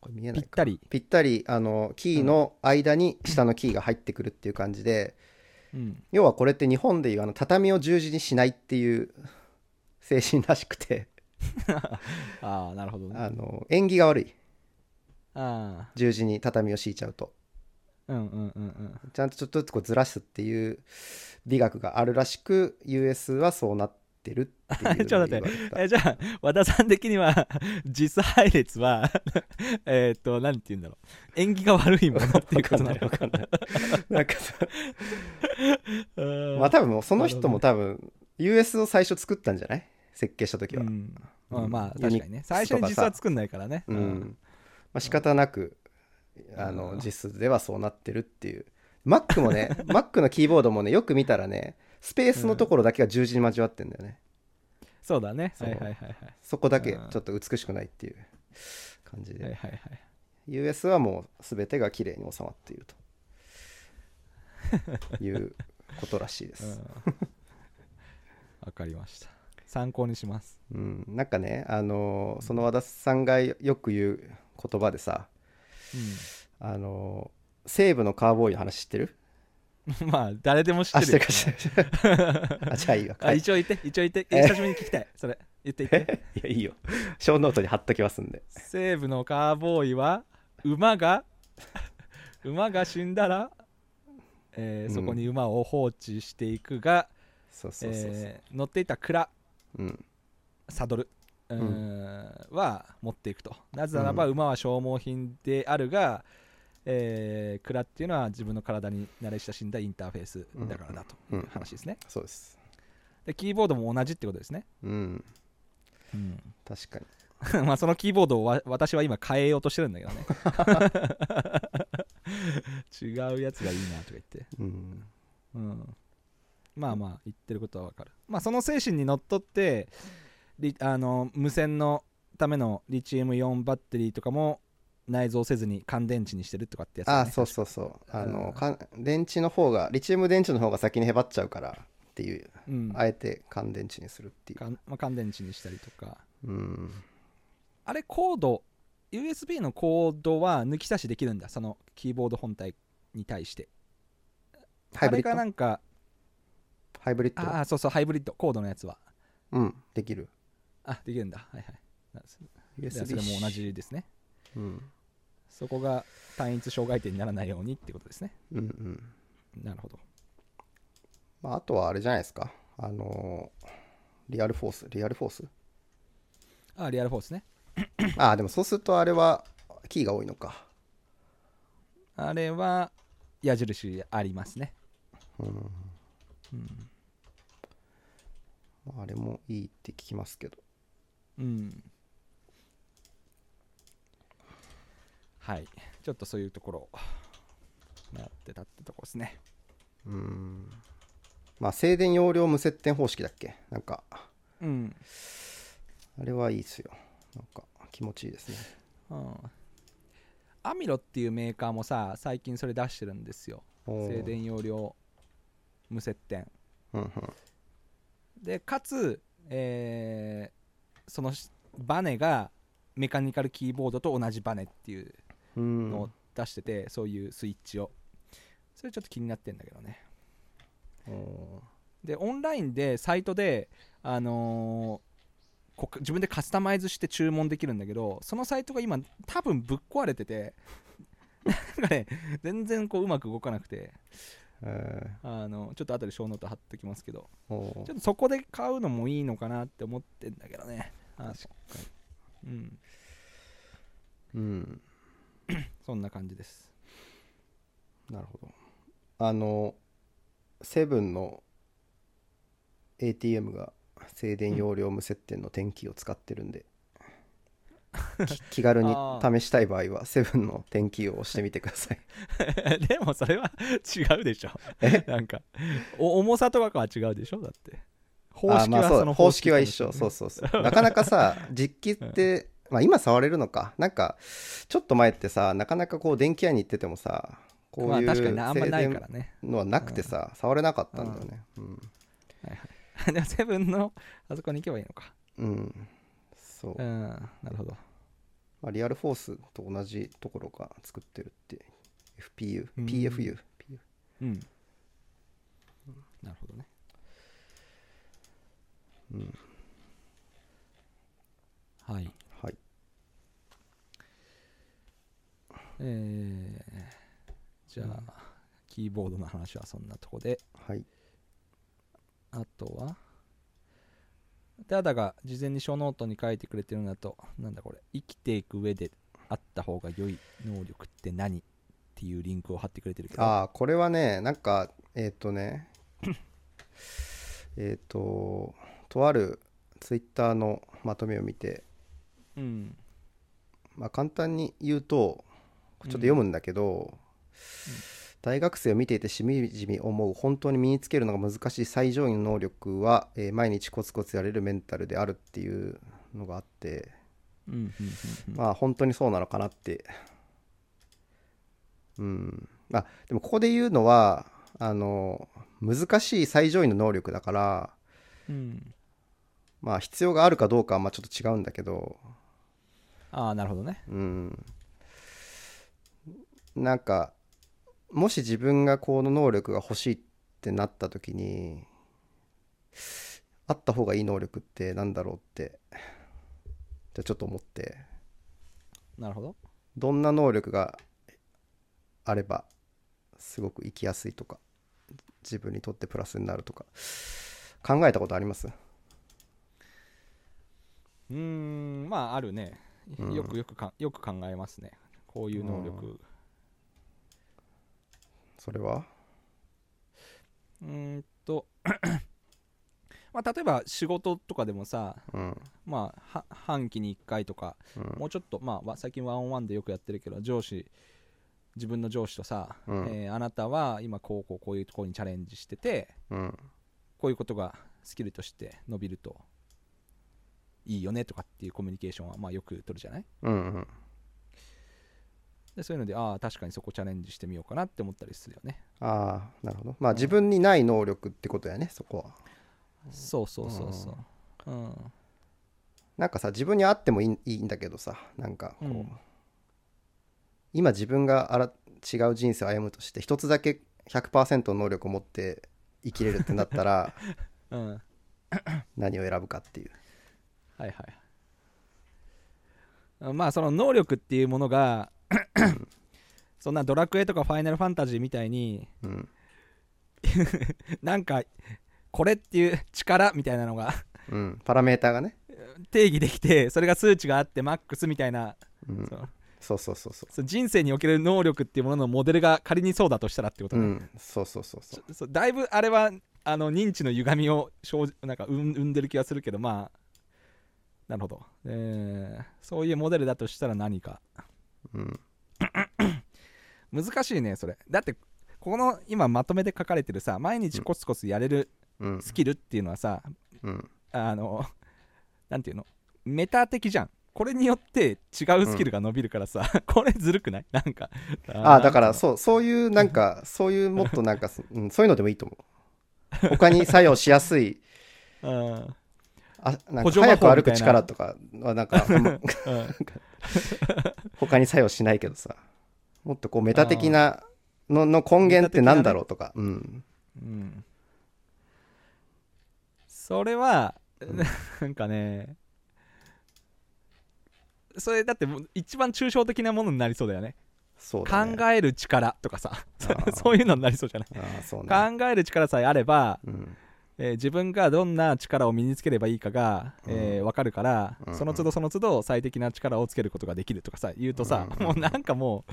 S2: これ見え
S1: あ
S2: な
S1: ぴ
S2: い
S1: っ
S2: か
S1: たり
S2: ぴったりあのキーの間に下のキーが入ってくるっていう感じで、
S1: うん
S2: 要はこれって日本でいうあの畳を十字にしないっていう精神らしくて
S1: ああなるほどね
S2: あの縁起が悪い
S1: あ
S2: 十字に畳を敷いちゃうと
S1: あうんうんうんうん
S2: ちゃんとちょっとずつこうずらすっていう美学があるらしく US はそうなってるっていう
S1: *laughs* ちょっと待
S2: 言
S1: って
S2: われ *laughs* た
S1: えじゃあ和田さん的には *laughs* 実配列は *laughs* えーっと何て言うんだろう縁起が悪いものっていうことなの
S2: わかんないわかんないなんかさ
S1: うん
S2: まあ多分もうその
S1: なる
S2: 人
S1: ほ
S2: も多分 US を最初作ったんじゃない設計した時
S1: う
S2: は、
S1: んまあまあ
S2: うん
S1: 確かにね最初に実は作んないからね
S2: う
S1: うん
S2: まあ、仕方なく、あ
S1: う
S2: の
S1: ん
S2: 実質ではそうなってるっていう Mac も
S1: *laughs*
S2: ね Mac のキーボードもねよく見たらねスペースのところだけが十字に交わってんだよね、
S1: そうだね
S2: そう
S1: はいはいはいはい
S2: そこだけ
S1: うん
S2: ちょっと美しくないっていう感じで、
S1: はいはいはい
S2: US はもう全てが綺麗に収まってい
S1: *laughs*
S2: るということらしいで
S1: うん
S2: す、
S1: わかりました参考にします
S2: うんなんかねあのーその和田さんがよく言う言葉でさあのー西部のカーボーイの話知ってる *laughs*
S1: うんまあ誰でも知
S2: あ、
S1: って
S2: 知
S1: る
S2: って
S1: よ
S2: るか知ってるあ、じゃあいいわ。
S1: *laughs* あ
S2: はい、い
S1: 一応言って一応言って
S2: え
S1: 久しぶりに聞きたいそれ言って言って
S2: や、いいよ。ショーノートに貼っときますんで。
S1: 西部のカーボーイは馬が *laughs* 馬が死んだら、えー
S2: うん
S1: そこに馬を放置していくが、
S2: そうそうそうそう、
S1: えー乗っていた蔵
S2: うん。
S1: サドルうーん
S2: う
S1: は持っていくとなぜならば
S2: うん
S1: 馬は消耗品であるが、えー、蔵っていうのは自分の体に慣れ親しんだインターフェースだからだと
S2: うん
S1: い
S2: うん
S1: う話ですね、
S2: そうです。
S1: でキーボードも同じってことですね、
S2: うん。確かに。
S1: *laughs* まあそのキーボードをわ私は今変えようとしてるんだけどね *laughs* 違うやつがいいなとか言って、
S2: うん。
S1: うん、まあまあ言ってることはわかるまあその精神にのっとってリあの無線のためのリチウムイオンバッテリーとかも内蔵せずに乾電池にしてるとかってやつだ
S2: あ、
S1: ね
S2: そうそうそう。あ
S1: うん
S2: の、か電池の方が、リチウム電池の方が先にへばっちゃうからっていう、
S1: うん
S2: あえて乾電池にするっていう。
S1: かんまあ、乾電池にしたりとか
S2: うん。
S1: あれコード USB のコードは抜き差しできるんだそのキーボード本体に対して
S2: ハイ
S1: あ
S2: ブ
S1: れ
S2: リッ
S1: がな
S2: ド
S1: んか
S2: ハイブリッド
S1: ああそうそうハイブリッドコードのやつは
S2: うん。できる。
S1: あできるんだはいはいなそじゃあ
S2: USB
S1: それも同。じですね
S2: うん。
S1: そこが単一障害点にならないようにってことですね
S2: うんうん。
S1: なるほど
S2: まあ、あとはあれじゃないですか。あのーリアルフォース。リアルフォース
S1: あリアルフォースね
S2: ああでもそうするとあれはキーが多いのか
S1: あれは矢印ありますね
S2: うん
S1: うん、
S2: まああれもいいって聞きますけど
S1: うん、はいちょっとそういうところをやってたってとこですね
S2: うんまあ静電容量無接点方式だっけなんかあ
S1: うん、
S2: れはいいですよなんか気持ちいいですね
S1: うんアミロっていうメーカーもさ最近それ出してるんですよ
S2: おー
S1: 静電容量無接点
S2: うんうん
S1: でかつ、えーそのしバネがメカニカルキーボードと同じバネっていう
S2: うん
S1: のを出してて、そういうスイッチをそれちょっと気になってんだけどね
S2: お
S1: でオンラインでサイトで、あのーこ自分でカスタマイズして注文できるんだけどそのサイトが今多分ぶっ壊れててなんかね全然こううまく動かなくて
S2: ーえ
S1: あのちょっと後で小ノート貼っときますけど
S2: ーお
S1: ちょっとそこで買うのもいいのかなって思ってんだけどねあの
S2: 確
S1: うん
S2: うん
S1: そんな感じです
S2: なるほどあのセブンの ATM が静電容量無接点の天気を使ってるん
S1: *laughs*
S2: で、き気軽に
S1: あ
S2: 試したい場合はセブンの天気を押してみてください
S1: でもそれは違うでしょなんかお重さとかは違うでしょだって *laughs* 方
S2: あー
S1: 式
S2: まあ
S1: は
S2: そう
S1: その
S2: 方式は一緒そう
S1: そ
S2: そうそうなかなか
S1: *laughs*
S2: さ実機って、まあ、今触れるのかなんかちょっと前ってさなかなかこう電気屋に行っててもさこう
S1: まあ
S2: いう
S1: 確かになあんまないから
S2: 静
S1: ね
S2: 電のはなくてさ触れなかったんだよねうん、
S1: *laughs* でもセブンのあそこに行けばいいのか
S2: うん、そう
S1: うんなるほど
S2: まあ、リアルフォースと同じところが作ってるって FPU
S1: うん
S2: PFU
S1: うんなるほどね
S2: うん
S1: はい
S2: はい
S1: えー、じゃあ、キーボードの話はそんなとこで
S2: はい
S1: あとはダダが事前に小ノートに書いてくれてるのだとなんだこれ生きていく上であった方が良い能力って何っていうリンクを貼ってくれてるけど
S2: ああこれはねなんかえっ、とね *coughs* えっととあるツイッターのまとめを見て、
S1: うん
S2: まあ、簡単に言うとちょっと読むんだけど、大学生を見ていてしみじみ思う本当に身につけるのが難しい最上位の能力は、えー毎日コツコツやれるメンタルであるっていうのがあって
S1: うんうんうん
S2: まあ本当にそうなのかなってうんまあでもここで言うのはあの難しい最上位の能力だから
S1: うんうん
S2: まあ必要があるかどうかはまあちょっと違うんだけど
S1: ああなるほどね
S2: うんなんかもし自分がこの能力が欲しいってなった時にあった方がいい能力ってなんだろうってじゃあちょっと思って
S1: なるほど
S2: どんな能力があればすごく生きやすいとか自分にとってプラスになるとか考えたことあります
S1: うーんまああるね
S2: うん
S1: よくよくかよく考えますねこういう能力
S2: それは
S1: うーんと *coughs* まあ例えば仕事とかでもさ
S2: うん
S1: まあは半期に1回とか
S2: うん
S1: もうちょっと、まあわ、最近ワンオンワンでよくやってるけど、上司、自分の上司とさ、
S2: うん
S1: えーあなたは今、こうこうこういうところにチャレンジしてて、
S2: うん
S1: こういうことがスキルとして伸びるといいよねとかっていうコミュニケーションは、まあ、よく取るじゃない
S2: うんうん
S1: でそういうので、ああ、確かにそこチャレンジしてみようかなって思ったりするよね。
S2: ああなるほどまあ自分にない能力ってことやねそこは
S1: そうそうそうそう。うん。
S2: なんかさ自分にあってもいいいいんだけどさなんかこう、
S1: うん
S2: 今自分があら違う人生を歩むとして一つだけ100%の能力を持って生きれるってなったら
S1: うん。はい
S2: 何を選ぶかっていう
S1: はいあ。まあ、その能力っていうものが、 *coughs* そんなドラクエとかファイナルファンタジーみたいに、
S2: うん
S1: なんかこれっていう力みたいなのが *laughs*
S2: うんパラメーターがね
S1: 定義できてそれが数値があってマックスみたいな、
S2: うん
S1: その
S2: そうそうそうそ
S1: その人生における能力っていうもののモデルが仮にそうだとしたらってこと
S2: う。う
S1: ね、
S2: ん、そうそうそうそう。
S1: そだいぶあれはあの認知の歪みを生じなんか生ん生んでる気がするけどまあなるほど、えーそういうモデルだとしたら何か
S2: うん、
S1: 難しいねそれだってこの今まとめて書かれてるさ毎日コツコツやれる
S2: うん、
S1: スキルっていうのはさ、
S2: うん、
S1: あのなんていうのメタ的じゃんこれによって違うスキルが伸びるか
S2: *laughs*
S1: らさ、これずるくないなんか
S2: ああだから
S1: う
S2: そうそういうなんかそういうもっとなんか、 *laughs* うん、そういうのでもいいと思う他に作用しやすい
S1: うん、うん、
S2: あなん
S1: 補
S2: か
S1: 助
S2: 早
S1: 魔法
S2: く歩く
S1: みたいな
S2: 力とかはなんかあん *laughs* ま他に作用しないけどさもっとこうメタ的なのの根源ってなんだろうとか、うん
S1: うん、それは、
S2: ん
S1: *laughs* なんかねそれだってもう一番抽象的なものになりそうだよね
S2: そうだね
S1: 考える力とかさ
S2: ー
S1: *laughs* そういうのになりそうじゃない
S2: ああそうね、
S1: 考える力さえあれば、
S2: うん、
S1: えー自分がどんな力を身につければいいかが、え分かるから、
S2: うん
S1: その都度その都度最適な力をつけることができるとかさ言うとさ、
S2: うん
S1: もう *laughs* なんかもう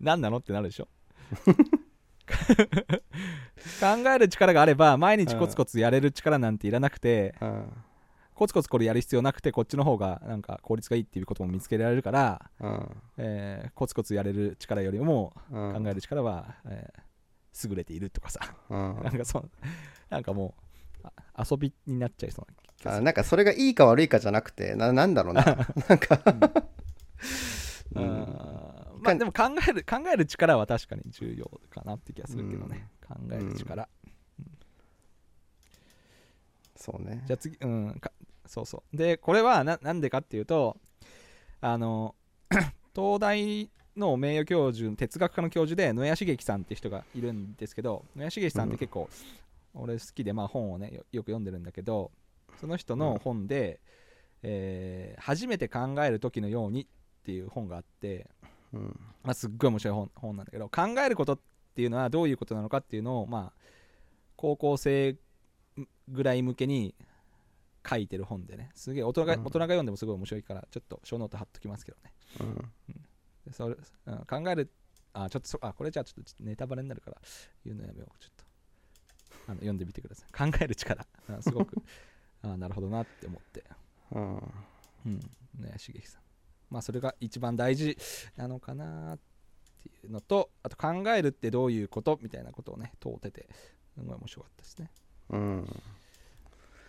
S1: 何なのってなるでしょ *laughs* 考える力があれば毎日コツコツやれる力なんていらなくて、
S2: うん
S1: コツコツこれやる必要なくてこっちの方がなんか効率がいいっていうことも見つけられるから、
S2: うん
S1: えーコツコツやれる力よりも
S2: うん
S1: 考える力は、えー優れているとかさ
S2: うん
S1: なんかそう *laughs* なんかもうあ遊びになっちゃいそうな気が
S2: あ
S1: する
S2: なんかそれがいいか悪いかじゃなくてななんだ *laughs* ろうななんか、う
S1: うんんまあでも考える考える力は確かに重要かなって気がするけどね、考える力、
S2: そうね
S1: じゃあ次うんかそうそうでこれはななんでかっていうとあの *clears throat* 東大の名誉教授哲学科の教授で野谷茂樹さんって人がいるんですけど野谷茂樹さんって結構、俺好きで、まあ、本をねよよく読んでるんだけどその人の本で、えー初めて考える時のように」っていう本があって、
S2: うん
S1: まあ、すっごい面白い本本なんだけど考えることっていうのはどういうことなのかっていうのを、まあ、高校生ぐらい向けに書いてる本でねすげえ大人が、
S2: うん
S1: 大人が読んでもすごい面白いからちょっと小ノート貼っときますけどね
S2: うん
S1: でそれ、うん、考えるあちょっとそあこれじゃあちょっとネタバレになるから言うのやめようちょっとあの読んでみてください考える力あす
S2: *laughs*
S1: ごくあなるほどなって思って
S2: うん
S1: うんね茂樹さんまあそれが一番大事なのかなっていうのとあと考えるってどういうことみたいなことをね問うててすごい面白かったですね
S2: うん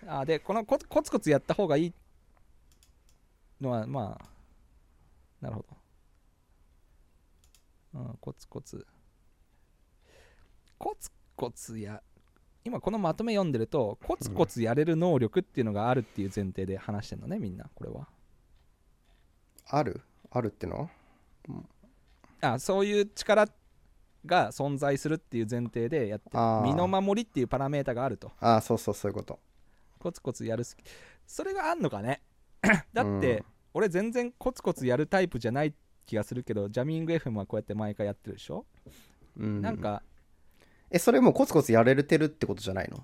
S1: あでこのコツコツコツやった方がいいのはまあなるほど、うん、コツコツコツコツや今このまとめ読んでるとコツコツやれる能力っていうのがあるっていう前提で話してんのねみんなこれは
S2: あるあるっての
S1: あそういう力が存在するっていう前提でやってる
S2: あー
S1: 身の守りっていうパラメータがあると
S2: ああそうそうそういうこと
S1: コツコツやる好きそれがあんのか
S2: *clears throat*
S1: ねだって、
S2: うん
S1: 俺全然コツコツやるタイプじゃない気がするけどジャミング FM はこうやって毎回やってるでしょ、
S2: うん
S1: なんか
S2: えそれもうコツコツやれてるってことじゃないの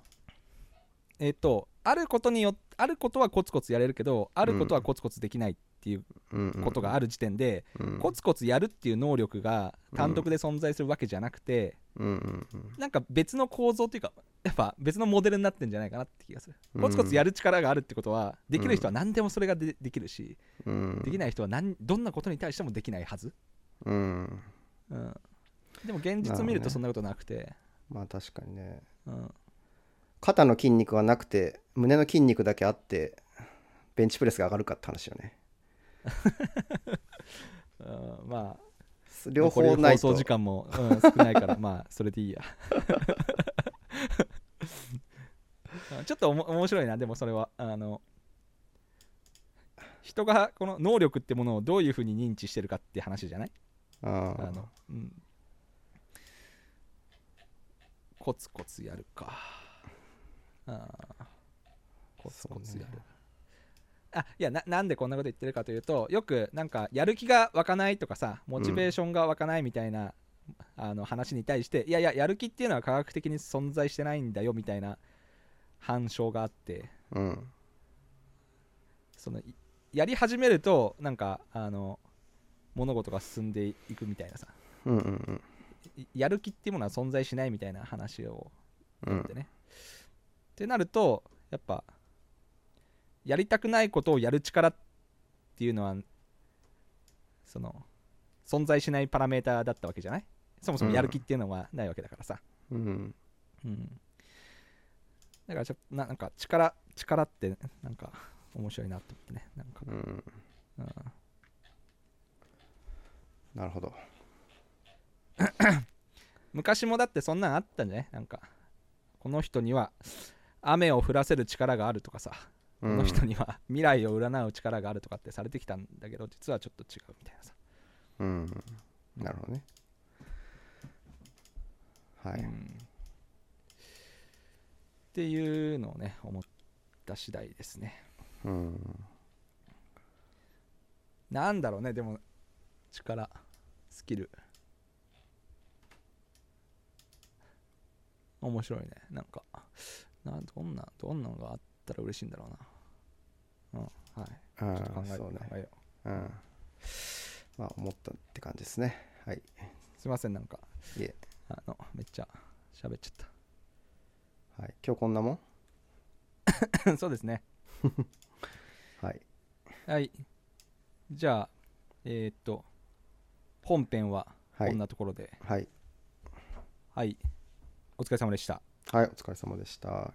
S1: えっ、とあることによあることはコツコツやれるけどあることはコツコツできないっていう
S2: うん
S1: ことがある時点で、
S2: うん
S1: コツコツやるっていう能力が単独で存在するわけじゃなくて、
S2: うんうんうん
S1: なんか別の構造というかやっぱ別のモデルになってんじゃないかなって気がする、
S2: うん
S1: コツコツやる力があるってことはできる人は何でもそれがでできるし、
S2: うん
S1: できない人は何どんなことに対してもできないはず、
S2: うん
S1: うん、でも現実見るとそんなことなくて
S2: まあ確かにね
S1: うん、
S2: 肩の筋肉はなくて胸の筋肉だけあってベンチプレスが上がるかって話よね
S1: うん、まあ
S2: 両方
S1: 残り
S2: ない
S1: 放送
S2: と
S1: 時間も、うん、少ないから
S2: *laughs*
S1: まあそれでいいや *laughs* うんちょっとおも面白いなでもそれはあの人がこの能力ってものをどういうふうに認知してるかって話じゃない
S2: うん
S1: あの、うん、コツコツやるかあーコツコツやる、あいやななんでこんなこと言ってるかというとよくなんかやる気が湧かないとかさモチベーションが湧かないみたいな、あの話に対していやいややる気っていうのは科学的に存在してないんだよみたいな反証があって
S2: うん
S1: そのいやり始めるとなんかあの物事が進んでいくみたいなさ
S2: うんうんうん
S1: いやる気っていうものは存在しないみたいな話を
S2: う
S1: で
S2: ん
S1: ね、ってなるとやっぱやりたくないことをやる力っていうのはその存在しないパラメーターだったわけじゃないそもそもやる気っていうのはないわけだからさ、
S2: うん
S1: うん、だからちょっとななんか力力ってなんか面白いなと思ってねなんか、
S2: うんなるほど。
S1: 昔もだってそんなんあったんじゃないなんかこの人には雨を降らせる力があるとかさ、
S2: うん
S1: この人には *laughs* 未来を占う力があるとかってされてきたんだけど実はちょっと違うみたいなさ、
S2: うん。なるほどね。はい。
S1: うんっていうのをね思った次第ですね
S2: うん。
S1: なんだろうねでも力スキル面白いねなんかなんどんなどんなのがあったら嬉しいんだろうなうんはい
S2: あ
S1: ちょっと考
S2: あ、
S1: え
S2: そうね
S1: 考。えよう
S2: うん。まあ、思ったって感じですね。はい。
S1: すいませんなんか
S2: いえ。
S1: あのめっちゃ喋っちゃっ
S2: はい。今日こんなもん
S1: た *laughs* そうですね
S2: はい。
S1: はいじゃあえー、っと本編は
S2: はい
S1: こんなところで
S2: はい。
S1: はい、お疲れ様でした
S2: はい。お疲れ様でした。